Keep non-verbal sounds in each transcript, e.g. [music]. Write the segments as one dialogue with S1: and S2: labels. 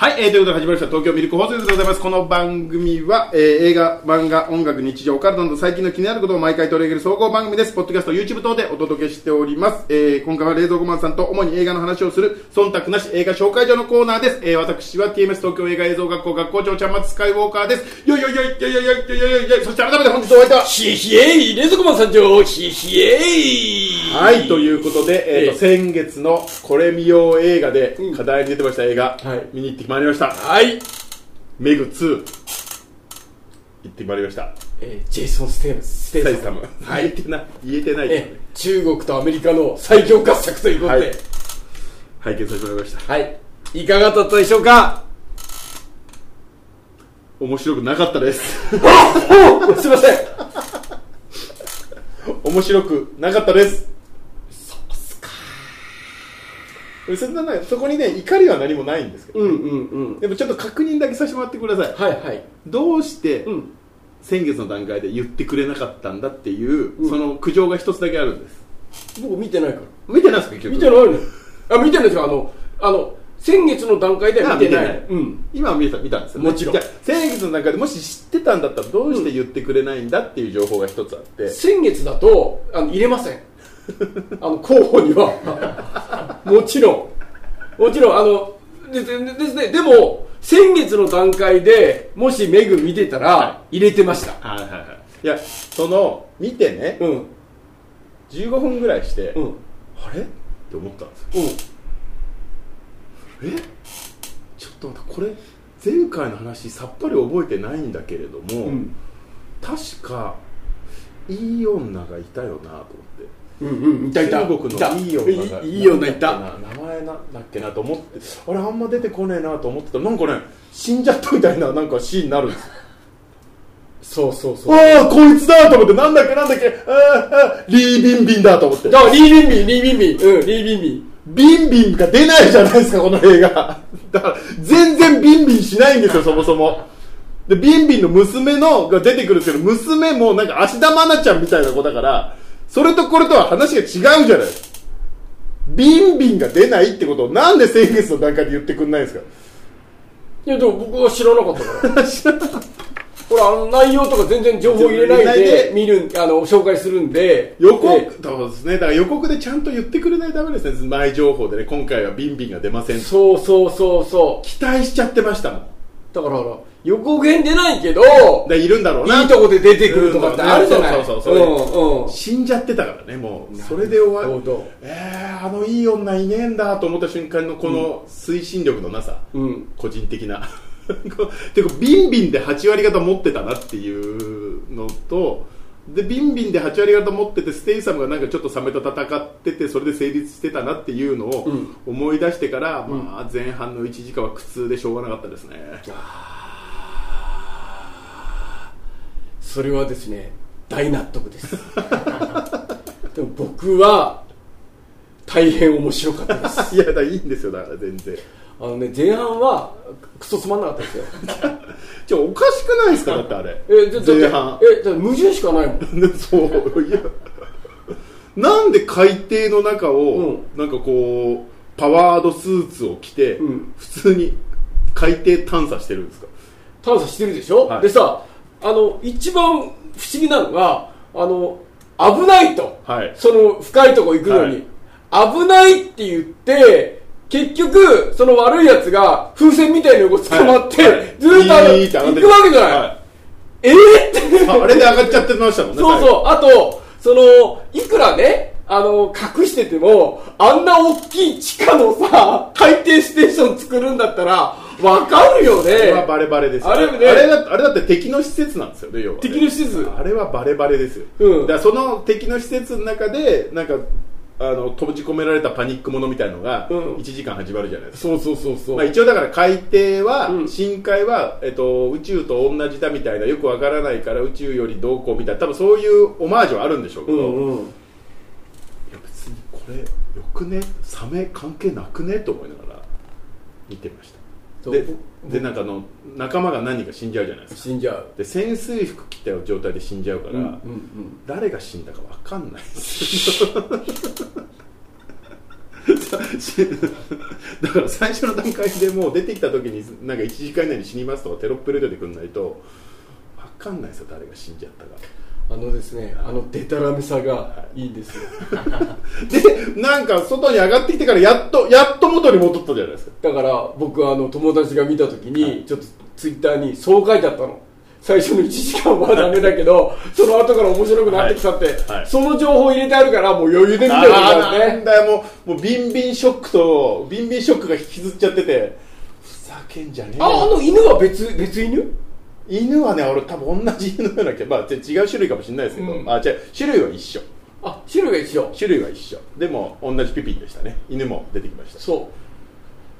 S1: はい、えー、ということで始まりました東京ミルク放送でございます。この番組は、えー、映画、漫画、音楽、日常、オカルトなど最近の気になることを毎回取り上げる総合番組です。ポッドキャスト、YouTube 等でお届けしております。えー、今回は冷蔵庫マンさんと主に映画の話をする忖度なし映画紹介所のコーナーです。えー、私は TMS 東京映画映像学校学校長ちゃんまつスカイウォーカーです。よいよいよいよいよいよいよいよいよいよいそして改めて本日お会いいた。
S2: ひひえい冷蔵庫マン参上ひひえい
S1: はい、ということで、えーと、先月のこれ見よう映画で課題に出てました映画、
S2: はい
S1: 見に行ってまいりました。
S2: はい、
S1: メグ2行ってまいりました
S2: えー、ジェイソン・ステイムステイ
S1: サイ
S2: さ
S1: サ
S2: ん
S1: ム言えてない言えてないけど
S2: え
S1: ね
S2: ー中国とアメリカの最強合作ということで
S1: 拝見させてもらいました
S2: はい、い、かがだったでしょうか
S1: 面白くなかったです
S2: すいません
S1: 面白くなかったですそうすかそんなねそこにね怒りは何もないんですけど、
S2: うんうんうん
S1: でもちょっと確認だけさせてもらってください
S2: はいはい
S1: どうして
S2: うん
S1: 先月の段階で言ってくれなかったんだっていう、
S2: うん
S1: その苦情が一つだけあるんです
S2: 僕見てないから
S1: 見てないですか結局
S2: 見てないのあ見てないですよあのあの先月の段階では見てない
S1: あ見てない
S2: うん
S1: 今は見た見たんですよ、ね、
S2: もちろん
S1: じゃあ先月の中でもし知ってたんだったらどうして言ってくれないんだっていう情報が一つあって、
S2: 先月だとあの入れません [laughs] あの候補には [laughs] もちろんもちろんあのでででですねでも先月の段階でもしメグ見てたら入れてました、
S1: はいはいはいいやその見てね、
S2: うん
S1: 15分ぐらいして、
S2: うんうん
S1: あれって思ったんですよえちょっと待ってこれ前回の話さっぱり覚えてないんだけれども、
S2: うん
S1: 確かいい女がいたよなと思って
S2: うんうんいたいた
S1: 中国のいい女が
S2: いいいい女い
S1: な
S2: た
S1: んだっけな名前なんだっけなと思ってあれあんま出てこねえなと思ってたらなんかね死んじゃったみたいななんかシーンに [laughs] なるんですよ
S2: そうそうそう
S1: ああこいつだと思ってなんだっけなんだっけあーあーリー・ビンビンだと思って
S2: だからリービンビンリービンビンうんリービンビン
S1: ビンビンが出ないじゃないですかこの映画だから全然ビンビンしないんですよそもそもでビンビンの娘のが出てくるんですけど娘もなんか芦田愛菜ちゃんみたいな子だからそれとこれとは話が違うじゃないですかビンビンが出ないってことをなんで先月の段階で言ってくんないんですか
S2: いやでも僕は知らなかったから
S1: [laughs]
S2: ほらあの内容とか全然情報入れない
S1: 入れない
S2: で
S1: で
S2: 見るあの紹介するんで
S1: 予告、
S2: で
S1: そうですねだから予告でちゃんと言ってくれないとダメですね前情報でね今回はビンビンが出ません期
S2: そうそうそうそう
S1: 待しちゃってましたもん
S2: だからほら予告編出ないけど
S1: でいるんだろうない
S2: いとこで出てくるとかってあるじゃない
S1: そうそうそうそう
S2: うんうん
S1: 死んじゃってたからねもうそれで終わ
S2: なるほど
S1: えー、あのいい女いねえんだと思った瞬間のこの推進力のなさ、
S2: うん
S1: 個人的な [laughs] てかビンビンで8割方持ってたなっていうのとでビンビンで8割方持っててステイサムがなんかちょっとサメと戦っててそれで成立してたなっていうのを
S2: ん
S1: 思い出してから、まあ、前半の1時間は苦痛でしょうがなかったですね、 [laughs]
S2: それはですね大納得です
S1: [laughs]
S2: でも僕は大変面白かったです
S1: いやだからいいんですよだから全然
S2: あのね前半はクソつまんなかったですよ
S1: ちょおかしくないですかだってあれ
S2: えだだって
S1: 前半
S2: えだって矛盾しかないもん
S1: でそういやなんで海底の中を、なんかこうパワードスーツを着て、
S2: うん
S1: 普通に海底探査してるんですか
S2: 探査してるでしょ、
S1: はい
S2: でさあの一番不思議なのがあの危ないと、
S1: はい
S2: その深いとこ行くのに、危ないって言って結局その悪いやつが風船みたいなのを捕まって、
S1: はいはい
S2: ずーっとあの
S1: いいって上が
S2: 行
S1: って
S2: くわけじゃない、
S1: は
S2: えー、って
S1: いああれで上がっちゃってましたもんね
S2: そう
S1: 最後
S2: そう、あと、その、いくらね、あの、隠してても、あんな大きい地下のさ、海底ステーション作るんだったら、わかるよね。
S1: あれはバレバレですよ
S2: あれね
S1: だあれだって敵の施設なんですよね要はね
S2: 敵の施設
S1: あれはバレバレですよ、
S2: う
S1: だ
S2: ん
S1: からその敵の施設の中でなんかあの閉じ込められたパニックものみたいのが
S2: うん
S1: 1時間始まるじゃないですか、
S2: そうそうそうそう。
S1: まあ、一応だから海底は、
S2: うん
S1: 深海は、えっと、宇宙と同じだみたいなよくわからないから宇宙よりどうこうみたいな多分そういうオマージュはあるんでしょうけ
S2: う
S1: ど、
S2: ん
S1: い
S2: うん。
S1: や別にこれよくねサメ関係なくねと思いながら見てましたで
S2: そう
S1: でなんかあの仲間が何人か死んじゃうじゃないですか
S2: 死んじゃう。
S1: で潜水服着た状態で死んじゃうから、
S2: うんうん
S1: 誰が死んだかわかんないですよしだから最初の段階でもう出てきた時になんか1時間以内に死にますとかテロップで出てくんないと分かんないですよ誰が死んじゃったか
S2: あのですねあのデタラメさがいいんですよ
S1: でなんか外に上がってきてからやっとやっと元に戻ったじゃないですか
S2: だから僕あの友達が見た時に、ちょっとツイッターにそう書いてあったの最初の1時間はダメだけどその後から面白くなってきたって、
S1: はい
S2: その情報入れてあるからもう余裕で見てる
S1: あ
S2: か
S1: あ
S2: ら
S1: なん
S2: ね
S1: だよもうもうビンビンショックとビンビンショックが引きずっちゃっててふざけんじゃねえ
S2: ああ
S1: よ
S2: の犬は別別犬
S1: 犬はね俺多分同じ犬なんだけど、まあ、ち違う種類かもしれないですけど、
S2: うん
S1: あ違う種類は一緒
S2: あ種類が一緒
S1: 種類は一緒でも同じピピンでしたね犬も出てきました
S2: そ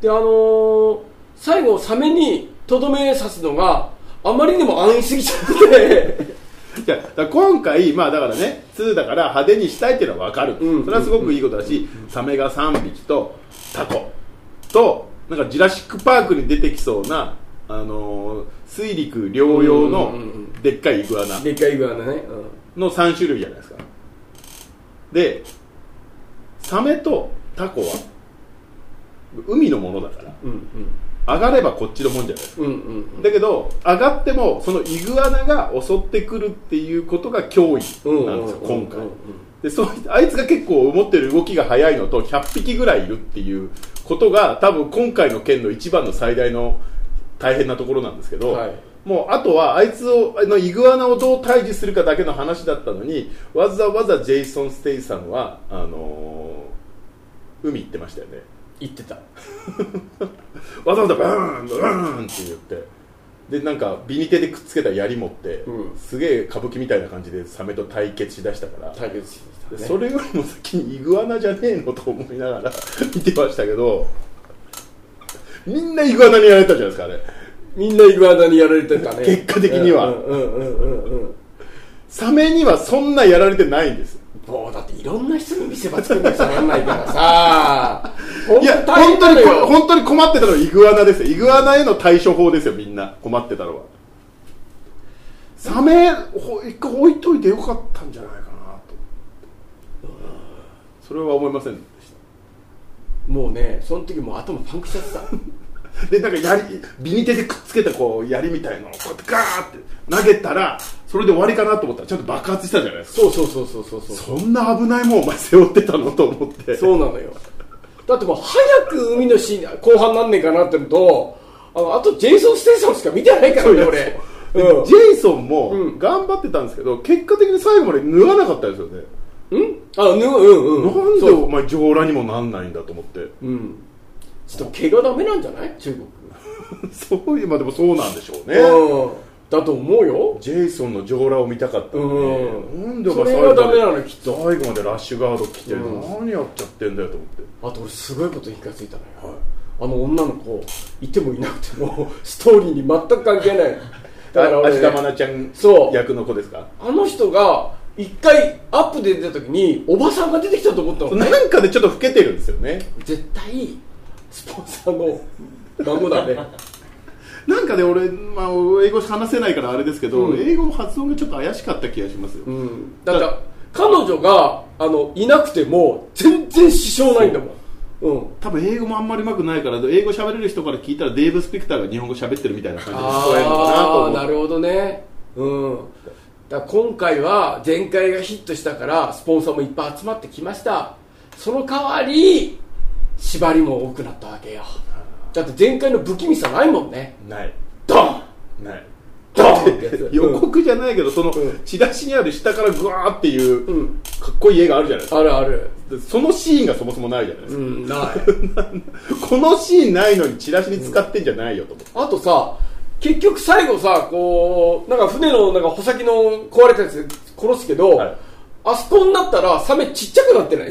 S2: うであのー最後サメにとどめ刺すのがあまりにも安易すぎちゃって
S1: いやだから今回、まあ、だからね2だから派手にしたいっていうのは分かる、
S2: うん
S1: それはすごくいいことだし、サメが3匹とタコとなんかジュラシック・パークに出てきそうな、あのー水陸両用の
S2: うんうんうん
S1: でっかいイグアナ
S2: でっかいグアナね、うん
S1: の3種類じゃないですかでサメとタコは海のものだから
S2: うん
S1: 上がればこっちのもんじゃないですか
S2: うんうんうん
S1: だけど上がってもそのイグアナが襲ってくるっていうことが脅威なんですよ、今回、
S2: うん
S1: でそうあいつが結構思ってる動きが速いのと100匹ぐらいいるっていうことが多分今回の件の一番の最大の大変なところなんですけど、
S2: はい
S1: もうあとはあいつをあのイグアナをどう退治するかだけの話だったのにわざわざジェイソン・ステイさんはあのー海行ってましたよね
S2: 言ってた
S1: わざわざバーンバーンって言ってでなんかビニ手でくっつけた槍持って、
S2: うん
S1: すげえ歌舞伎みたいな感じでサメと対決しだしたから
S2: 対決してきた、
S1: で
S2: ね、
S1: それよりも先にイグアナじゃねえのと思いながら [laughs] 見てましたけどみんなイグアナにやられたじゃないですかあれ
S2: みんなイグアナにやられてたね
S1: 結果的には
S2: うんうんうんうんうん
S1: サメにはそんなやられてないんです
S2: もうだっていろんな人に見せ場作んなきゃなんないからさ
S1: いや
S2: 大
S1: 本
S2: 変
S1: 当に
S2: なのよ
S1: こ本当に困ってたのはイグアナですよイグアナへの対処法ですよみんな困ってたのはサメほ一回置いといてよかったんじゃないかなとそれは思いませんでした
S2: もうねその時もう頭パンクしち
S1: [laughs]
S2: ゃってた
S1: でなんか槍ビニ手でくっつけたこう槍みたいのをこうやってガーって投げたらそれで終わりかなと思ったらちゃんと爆発したじゃないですか
S2: そうそうそうそうそうそう
S1: そんな危ないもんお前背負ってたのと思って
S2: そうなのよだってもう早く海のシーン後半なんねえかなってのとあのあとジェイソン・ステイサムしか見てないから
S1: そう
S2: ね
S1: よ
S2: 俺
S1: で
S2: うん
S1: ジェイソンも
S2: うん
S1: 頑張ってたんですけど、結果的に最後まで脱がなかったですよね、
S2: うんあぬうんうん
S1: なんで
S2: そう
S1: お前上裸にもなんないんだと思って [laughs]
S2: うんちょっと怪我ダメなんじゃない中国、
S1: そういうまあでもそうなんでしょうね
S2: うんだと思うよ
S1: ジェイソンの上裸を見たかったの
S2: う
S1: に
S2: ん
S1: なんでお
S2: そ
S1: 前
S2: れ
S1: 最
S2: が
S1: 後
S2: ダメな
S1: ま
S2: のよ
S1: で
S2: きっ
S1: 最後までラッシュガード着て、
S2: うん
S1: 何やっちゃってんだよと思って
S2: あと俺すごいことに気がついたのよ、あの女の子いてもいなくてもストーリーに全く関係ないだから
S1: あ
S2: 俺、
S1: 芦
S2: ね
S1: 田愛菜ちゃん
S2: そう
S1: 役の子ですか
S2: あの人が一回アップで出た時におばさんが出てきたと思ったの
S1: なんかでちょっと老けてるんですよね
S2: 絶対スポンサーの孫だ [laughs] ね
S1: なんかで俺、まあ、英語話せないからあれですけど、
S2: うん
S1: 英語も発音がちょっと怪しかった気がしますよ、
S2: うんだから彼女があのいなくても全然支障ないんだもんうん
S1: 多分英語もあんまりうまくないから英語喋れる人から聞いたらデーブ・スペクターが日本語喋ってるみたいな感じで聞こえるのかなと
S2: あー
S1: 思
S2: なるほどねうんだから今回は前回がヒットしたからスポンサーもいっぱい集まってきましたその代わり縛りも多くなったわけよだって前回の不気味さないもんね
S1: うない
S2: ドン
S1: ない
S2: ドンってや [laughs] つ
S1: 予告じゃないけどその
S2: うん
S1: チラシにある下からグワーっていう
S2: うん、うん、
S1: かっこいい絵があるじゃないです
S2: あるある
S1: かでそのシーンがそもそもないじゃないで
S2: う
S1: すか、
S2: んない
S1: このシーンないのにチラシに使ってんじゃないよと思って、
S2: あとさ結局最後さこうなんか船のなんか穂先の壊れたやつで殺すけど、
S1: はい
S2: あそこになったらサメちっちゃくなってない [laughs]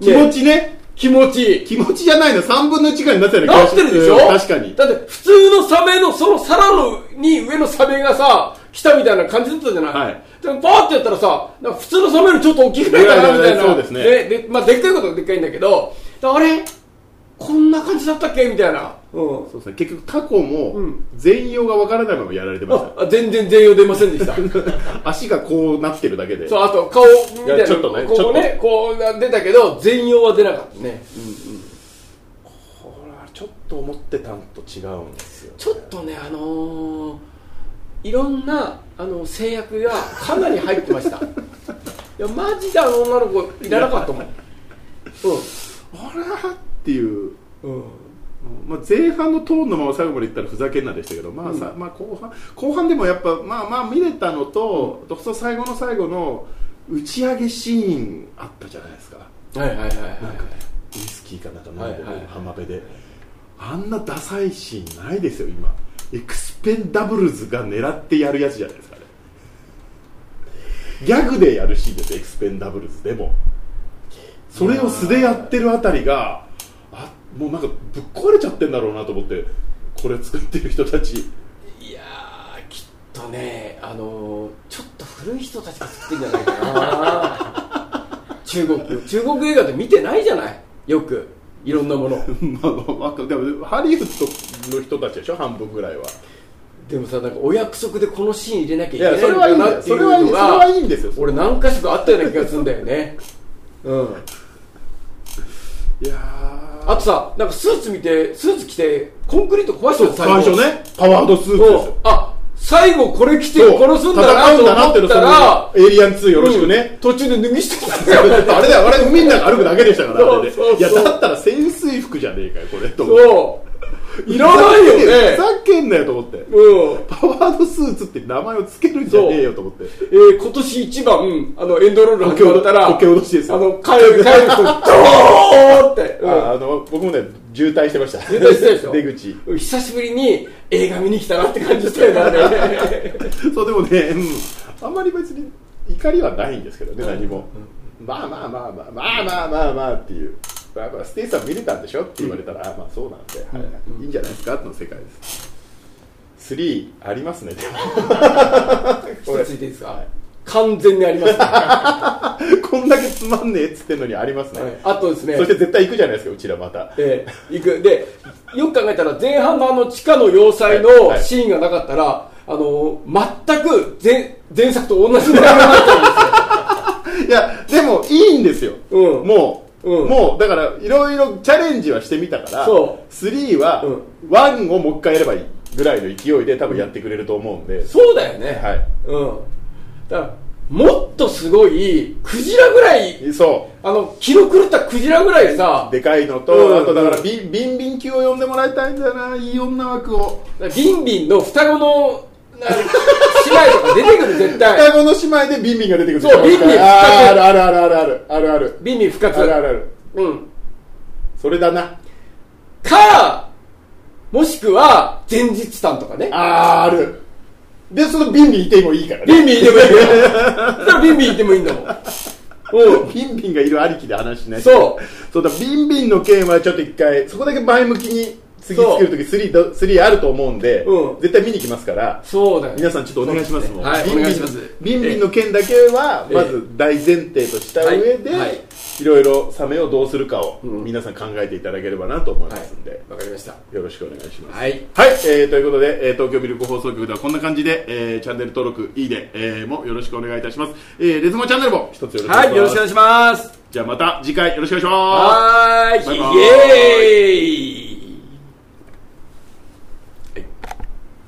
S1: 気持ちね
S2: 気持ちいい
S1: 気持ちじゃないの3分の1ぐらいになってたよう
S2: な
S1: な
S2: っ
S1: 気
S2: て
S1: が
S2: るでしょ
S1: 確かに
S2: だって普通のサメのその皿のに上のサメがさ来たみたいな感じだったじゃない、
S1: はい
S2: でもバーってやったらさなんか普通のサメよりちょっと大きくないかなみたいな
S1: そうですね
S2: でまあ、でっかいことはでっかいんだけどだからあれこんな感じだったっけみたいな、うん、
S1: そうですね結局タコも
S2: うん
S1: 全容がわからないままやられてまし
S2: ああ全然全容出ませんでした
S1: た、足がこうなってるだけで
S2: そうあと顔みたい
S1: い
S2: な
S1: やちょっとね
S2: ここねこう出たけど全容は出なかったね
S1: これはちょっと思ってたんと違うんですよ
S2: ちょっとねあのーいろんなあの制約がかなり入ってました [laughs] いやマジであの女の子いらなかったもん
S1: あらっていう
S2: うん、うん、
S1: まあ、前半のトーンのまま最後までいったらふざけんなでしたけど、まあさまあ、後半後半でもやっぱ、まあ、まあ見れたのと、独走最後の最後の打ち上げシーンあったじゃないですか、
S2: はいはいはいはい
S1: なんかねウイスキーかなんか飲んで、
S2: はいはい
S1: 浜辺であんなダサいシーンないですよ今エクスペンダブルズが狙ってやるやつじゃないですかねギャグでやるシーンですエクスペンダブルズでもそれを素でやってるあたりがあもうなんかぶっ壊れちゃってんだろうなと思ってこれ作ってる人たち
S2: いやーきっとねあのーちょっと古い人たちが作ってんじゃないか [laughs] な中国中国映画で見てないじゃないよくいろんなもの
S1: まあまあでもハリウッドの人たちでしょ半分ぐらいは
S2: でもさなんかお約束でこのシーン入れなきゃい
S1: い
S2: けない
S1: やそれ
S2: ん
S1: はいい
S2: だ
S1: んだ
S2: な
S1: よ
S2: ってい
S1: そうれはいい
S2: の
S1: それは
S2: が
S1: いいんですよ
S2: 俺何か所かあったような気がするんだよねうん
S1: いやー
S2: あとさなんかスーツ見てスーツ着てコンクリート壊し
S1: そ
S2: た
S1: う
S2: よ
S1: 最初ねパワードスーツです
S2: そう
S1: よ
S2: あ最後これ着て
S1: そ
S2: 殺
S1: う
S2: すんだな
S1: 戦うんだなって
S2: と
S1: いう
S2: 思っ
S1: の
S2: たら
S1: そのエイリアン2よろしくね、
S2: 途中で脱ぎ捨てたんだ
S1: あ
S2: よ
S1: れだよあれ海の中歩くだけでしたからあれで
S2: そうそうそう
S1: いやだったら潜水服じゃねえかよこれと思って
S2: そう。いらない
S1: ふ
S2: よね。
S1: ざけんなよと思って
S2: うん。
S1: パワードスーツって名前を付けるんじゃねえよと思って
S2: えー、今年一番、あの、エンドロール始まったら、
S1: こけおどしです
S2: あ
S1: よ
S2: の、帰る、帰ると、ドーって。うん
S1: ああの僕もね渋滞してました
S2: 渋滞してたでしょ
S1: [laughs] 出口
S2: 久しぶりに映画見に来たなって感じしたよね
S1: [laughs]
S2: あれ。
S1: そうでもね、うん、あんまり別に怒りはないんですけどね、何も、まあまあまあまあまあまあまあまあっていう、まあまあ、ステイさん見れたんでしょって言われたら、あまあそうなんで、はいいいんじゃないですかの世界です3ありますねでも [laughs]
S2: 一つついていいですか完全にありますね。は
S1: こんだけつまんねえっつってんのにありますね、
S2: い [laughs] あとですね
S1: そし、て絶対行くじゃないですかうちらまた
S2: えー行く。で、よく考えたら、前半のあの、地下の要塞の
S1: はい
S2: シーンがなかったら、あのー、全く前、前作と同じ内容になっちゃうんですよ。
S1: いやでもいいんですよ、 [laughs]
S2: うん
S1: もう、
S2: うん
S1: もうだからいろいろチャレンジはしてみたから
S2: そ
S1: 3は
S2: うん
S1: 1をもう一回やればいいぐらいの勢いで多分やってくれると思うんで、
S2: そうだよね。
S1: は
S2: うん。だから、もっとすごい、クジラぐらい、
S1: いそ
S2: あの、気の狂ったクジラぐらいさ
S1: う、でかいのと、
S2: うん
S1: あとだからビンビンビン級を呼んでもらいたいんだよないい女枠を
S2: ビンビンの双子の、な姉妹とか出てくる、絶対。 [laughs]
S1: 双子の姉妹でビンビンが出てくる
S2: そうビンビン
S1: あーあるあるあるあるあるある
S2: ビンビン復
S1: あ
S2: 活。
S1: るあるある
S2: うん。
S1: それだな
S2: か、もしくは、前日譚とかね。
S1: あーあるでそのビンビンいてもいいからね
S2: ビンビンいてもい [laughs] いんだよ。そしたらビンビンいてもいいんだもん。うん。
S1: ビンビンがいるありきで話しない
S2: そう
S1: そうだビンビンの件はちょっと一回そこだけ前向きに次
S2: そう
S1: 作るとき 3, ど3あると思うんで、
S2: うん
S1: 絶対見に来ますから
S2: [laughs] そうだよ。
S1: 皆さんちょっとお願いします
S2: そう
S1: も
S2: で
S1: ん
S2: ねはい、
S1: ビ
S2: お
S1: ンビン
S2: 願いします。
S1: ビンビンの
S2: え
S1: 件だけはまず大前提とした上で、
S2: ええは
S1: い
S2: いはい
S1: ろいろサメをどうするかを
S2: ん
S1: 皆さん考えていただければなと思いま
S2: え
S1: すんで、
S2: はい。わかりました。
S1: よろしくお願いします
S2: はい。
S1: はい、えーということで、えー東京ミルク放送局ではこんな感じで、えーチャンネル登録いいね、えーもよろしくお願いいたします、えーレズモチャンネルも一つよろしくお願いします、
S2: はい、よろしくお願いします。
S1: じゃあまた次回よろしくお願いします。
S2: はーい。
S1: バイバーイ
S2: イエーイ